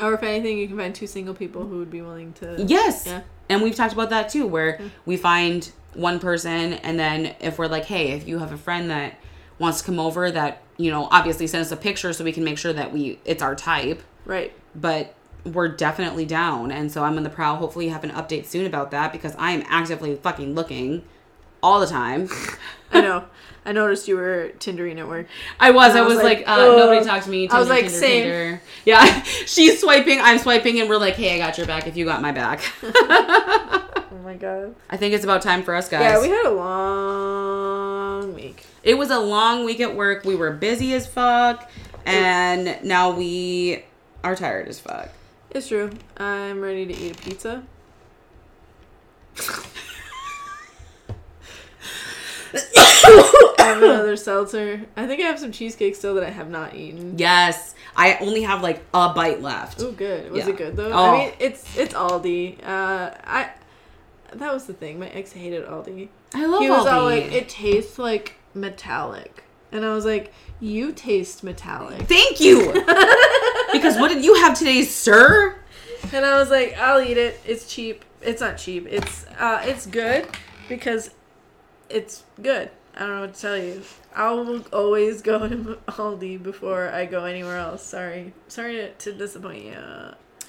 S1: Or if anything, you can find two single people who would be willing to.
S2: Yes.
S1: Yeah. Mm-hmm.
S2: And we've talked about that too, where we find one person, and then if we're like, hey, if you have a friend that wants to come over, that you know, obviously send us a picture so we can make sure that we it's our type.
S1: Right.
S2: But we're definitely down, and so I'm on the prowl. Hopefully, have an update soon about that because I am actively fucking looking. all the time.
S1: I know. I noticed you were Tindering at work.
S2: I was. I
S1: I was
S2: was like,
S1: like,
S2: uh,
S1: ugh.
S2: nobody talked to me. Tinder,
S1: I was like,
S2: Tinder,
S1: same.
S2: Tinder. Yeah, she's swiping. I'm swiping, and we're like, hey, I got your back if you got my back.
S1: Oh my god.
S2: I think it's about time for us guys.
S1: Yeah, we had a long week.
S2: it was a long week at work. We were busy as fuck, and now we are tired as fuck.
S1: It's true. I'm ready to eat a pizza. I have another seltzer. I think I have some cheesecake still that I have not eaten.
S2: Yes, I only have like a bite left.
S1: Oh, good. Was
S2: Yeah.
S1: it good though?
S2: Oh.
S1: I mean, it's it's Aldi. Uh, I that was the thing. My ex hated Aldi.
S2: I love
S1: he was
S2: Aldi.
S1: all like, "It tastes like metallic," and I was like, "You taste metallic."
S2: Thank you. because what did you have today, sir?
S1: And I was like, "I'll eat it. It's cheap. It's not cheap. It's uh, it's good because it's good." I don't know what to tell you. I will always go to Aldi before I go anywhere else. Sorry, sorry to, to disappoint you.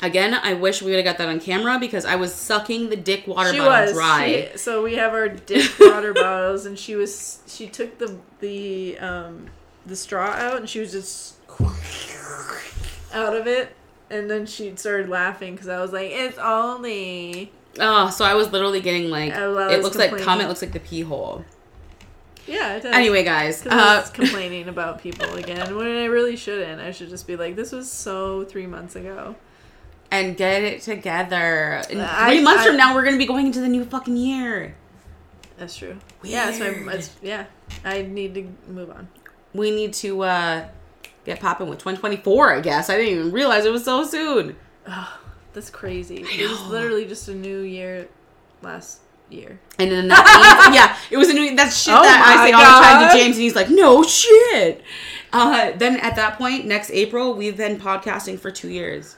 S2: Again, I wish we would have got that on camera because I was sucking the dick water
S1: she
S2: bottle
S1: was
S2: dry.
S1: She, so we have our dick water bottles, and she was she took the the um the straw out, and she was just out of it, and then she started laughing because I was like, "It's only
S2: Oh, so I was literally getting like
S1: Oh, well, I
S2: it
S1: was
S2: looks like cum. It
S1: complaining.
S2: looks like the pee hole.
S1: yeah." It does.
S2: Anyway, guys,
S1: 'Cause I was
S2: uh,
S1: complaining about people again when I really shouldn't. I should just be like, "This was so three months ago."
S2: and get it together. In
S1: I-
S2: three months
S1: I-
S2: from now, we're gonna be going into the new fucking year.
S1: That's true. Yeah, that's
S2: Weird.
S1: my. That's, yeah, I need to move on.
S2: We need to uh, get popping with 2024. I guess I didn't even realize it was so soon.
S1: That's crazy. It was literally just a new year last year.
S2: And then that means, yeah, it was a new that's shit
S1: Oh
S2: that I
S1: my
S2: say all the time
S1: God.
S2: to James, and he's like, "No shit." Uh, then at that point, next April, we've been podcasting for two years.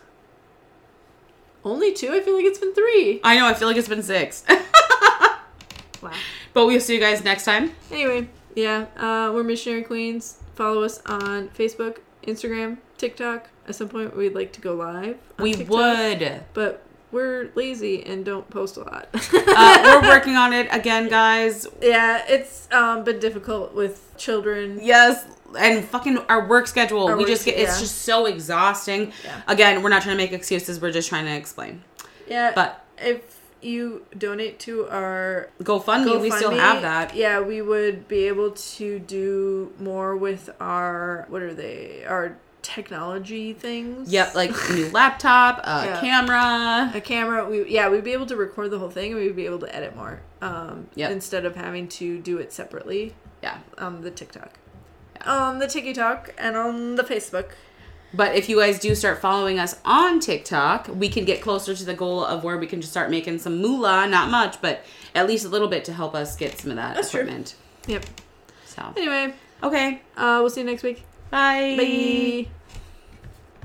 S1: Only two? I feel like it's been three.
S2: I know, I feel like it's been six,
S1: Wow.
S2: but we'll see you guys next time.
S1: Anyway, yeah, uh, we're Missionary Queens. Follow us on Facebook, Instagram, TikTok. At some point, we'd like to go live. on
S2: We
S1: TikTok,
S2: would.
S1: But we're lazy and don't post a lot.
S2: Uh, we're working on it again, guys.
S1: yeah, it's um, been difficult with children.
S2: Yes, and fucking our work schedule.
S1: Our
S2: we
S1: work
S2: just get
S1: sch-
S2: it's
S1: yeah.
S2: just so exhausting.
S1: Yeah.
S2: Again, we're not trying to make excuses. We're just trying to explain.
S1: Yeah.
S2: But-
S1: if you donate to our
S2: GoFundMe, we still
S1: GoFundMe,
S2: have that.
S1: Yeah, we would be able to do more with our what are they? Our technology things.
S2: Yep, like new laptop, a
S1: Yeah.
S2: camera.
S1: a camera. We yeah, we'd be able to record the whole thing and we'd be able to edit more. Um,
S2: Yep.
S1: instead of having to do it separately
S2: Yeah.
S1: on the TikTok, on the TikTok, and on the Facebook.
S2: But if you guys do start following us on TikTok, we can get closer to the goal of where we can just start making some moolah. Not much, but at least a little bit to help us get some of that
S1: That's true.
S2: equipment.
S1: Yep.
S2: So
S1: Anyway,
S2: okay,
S1: uh, we'll see you next week. Bye.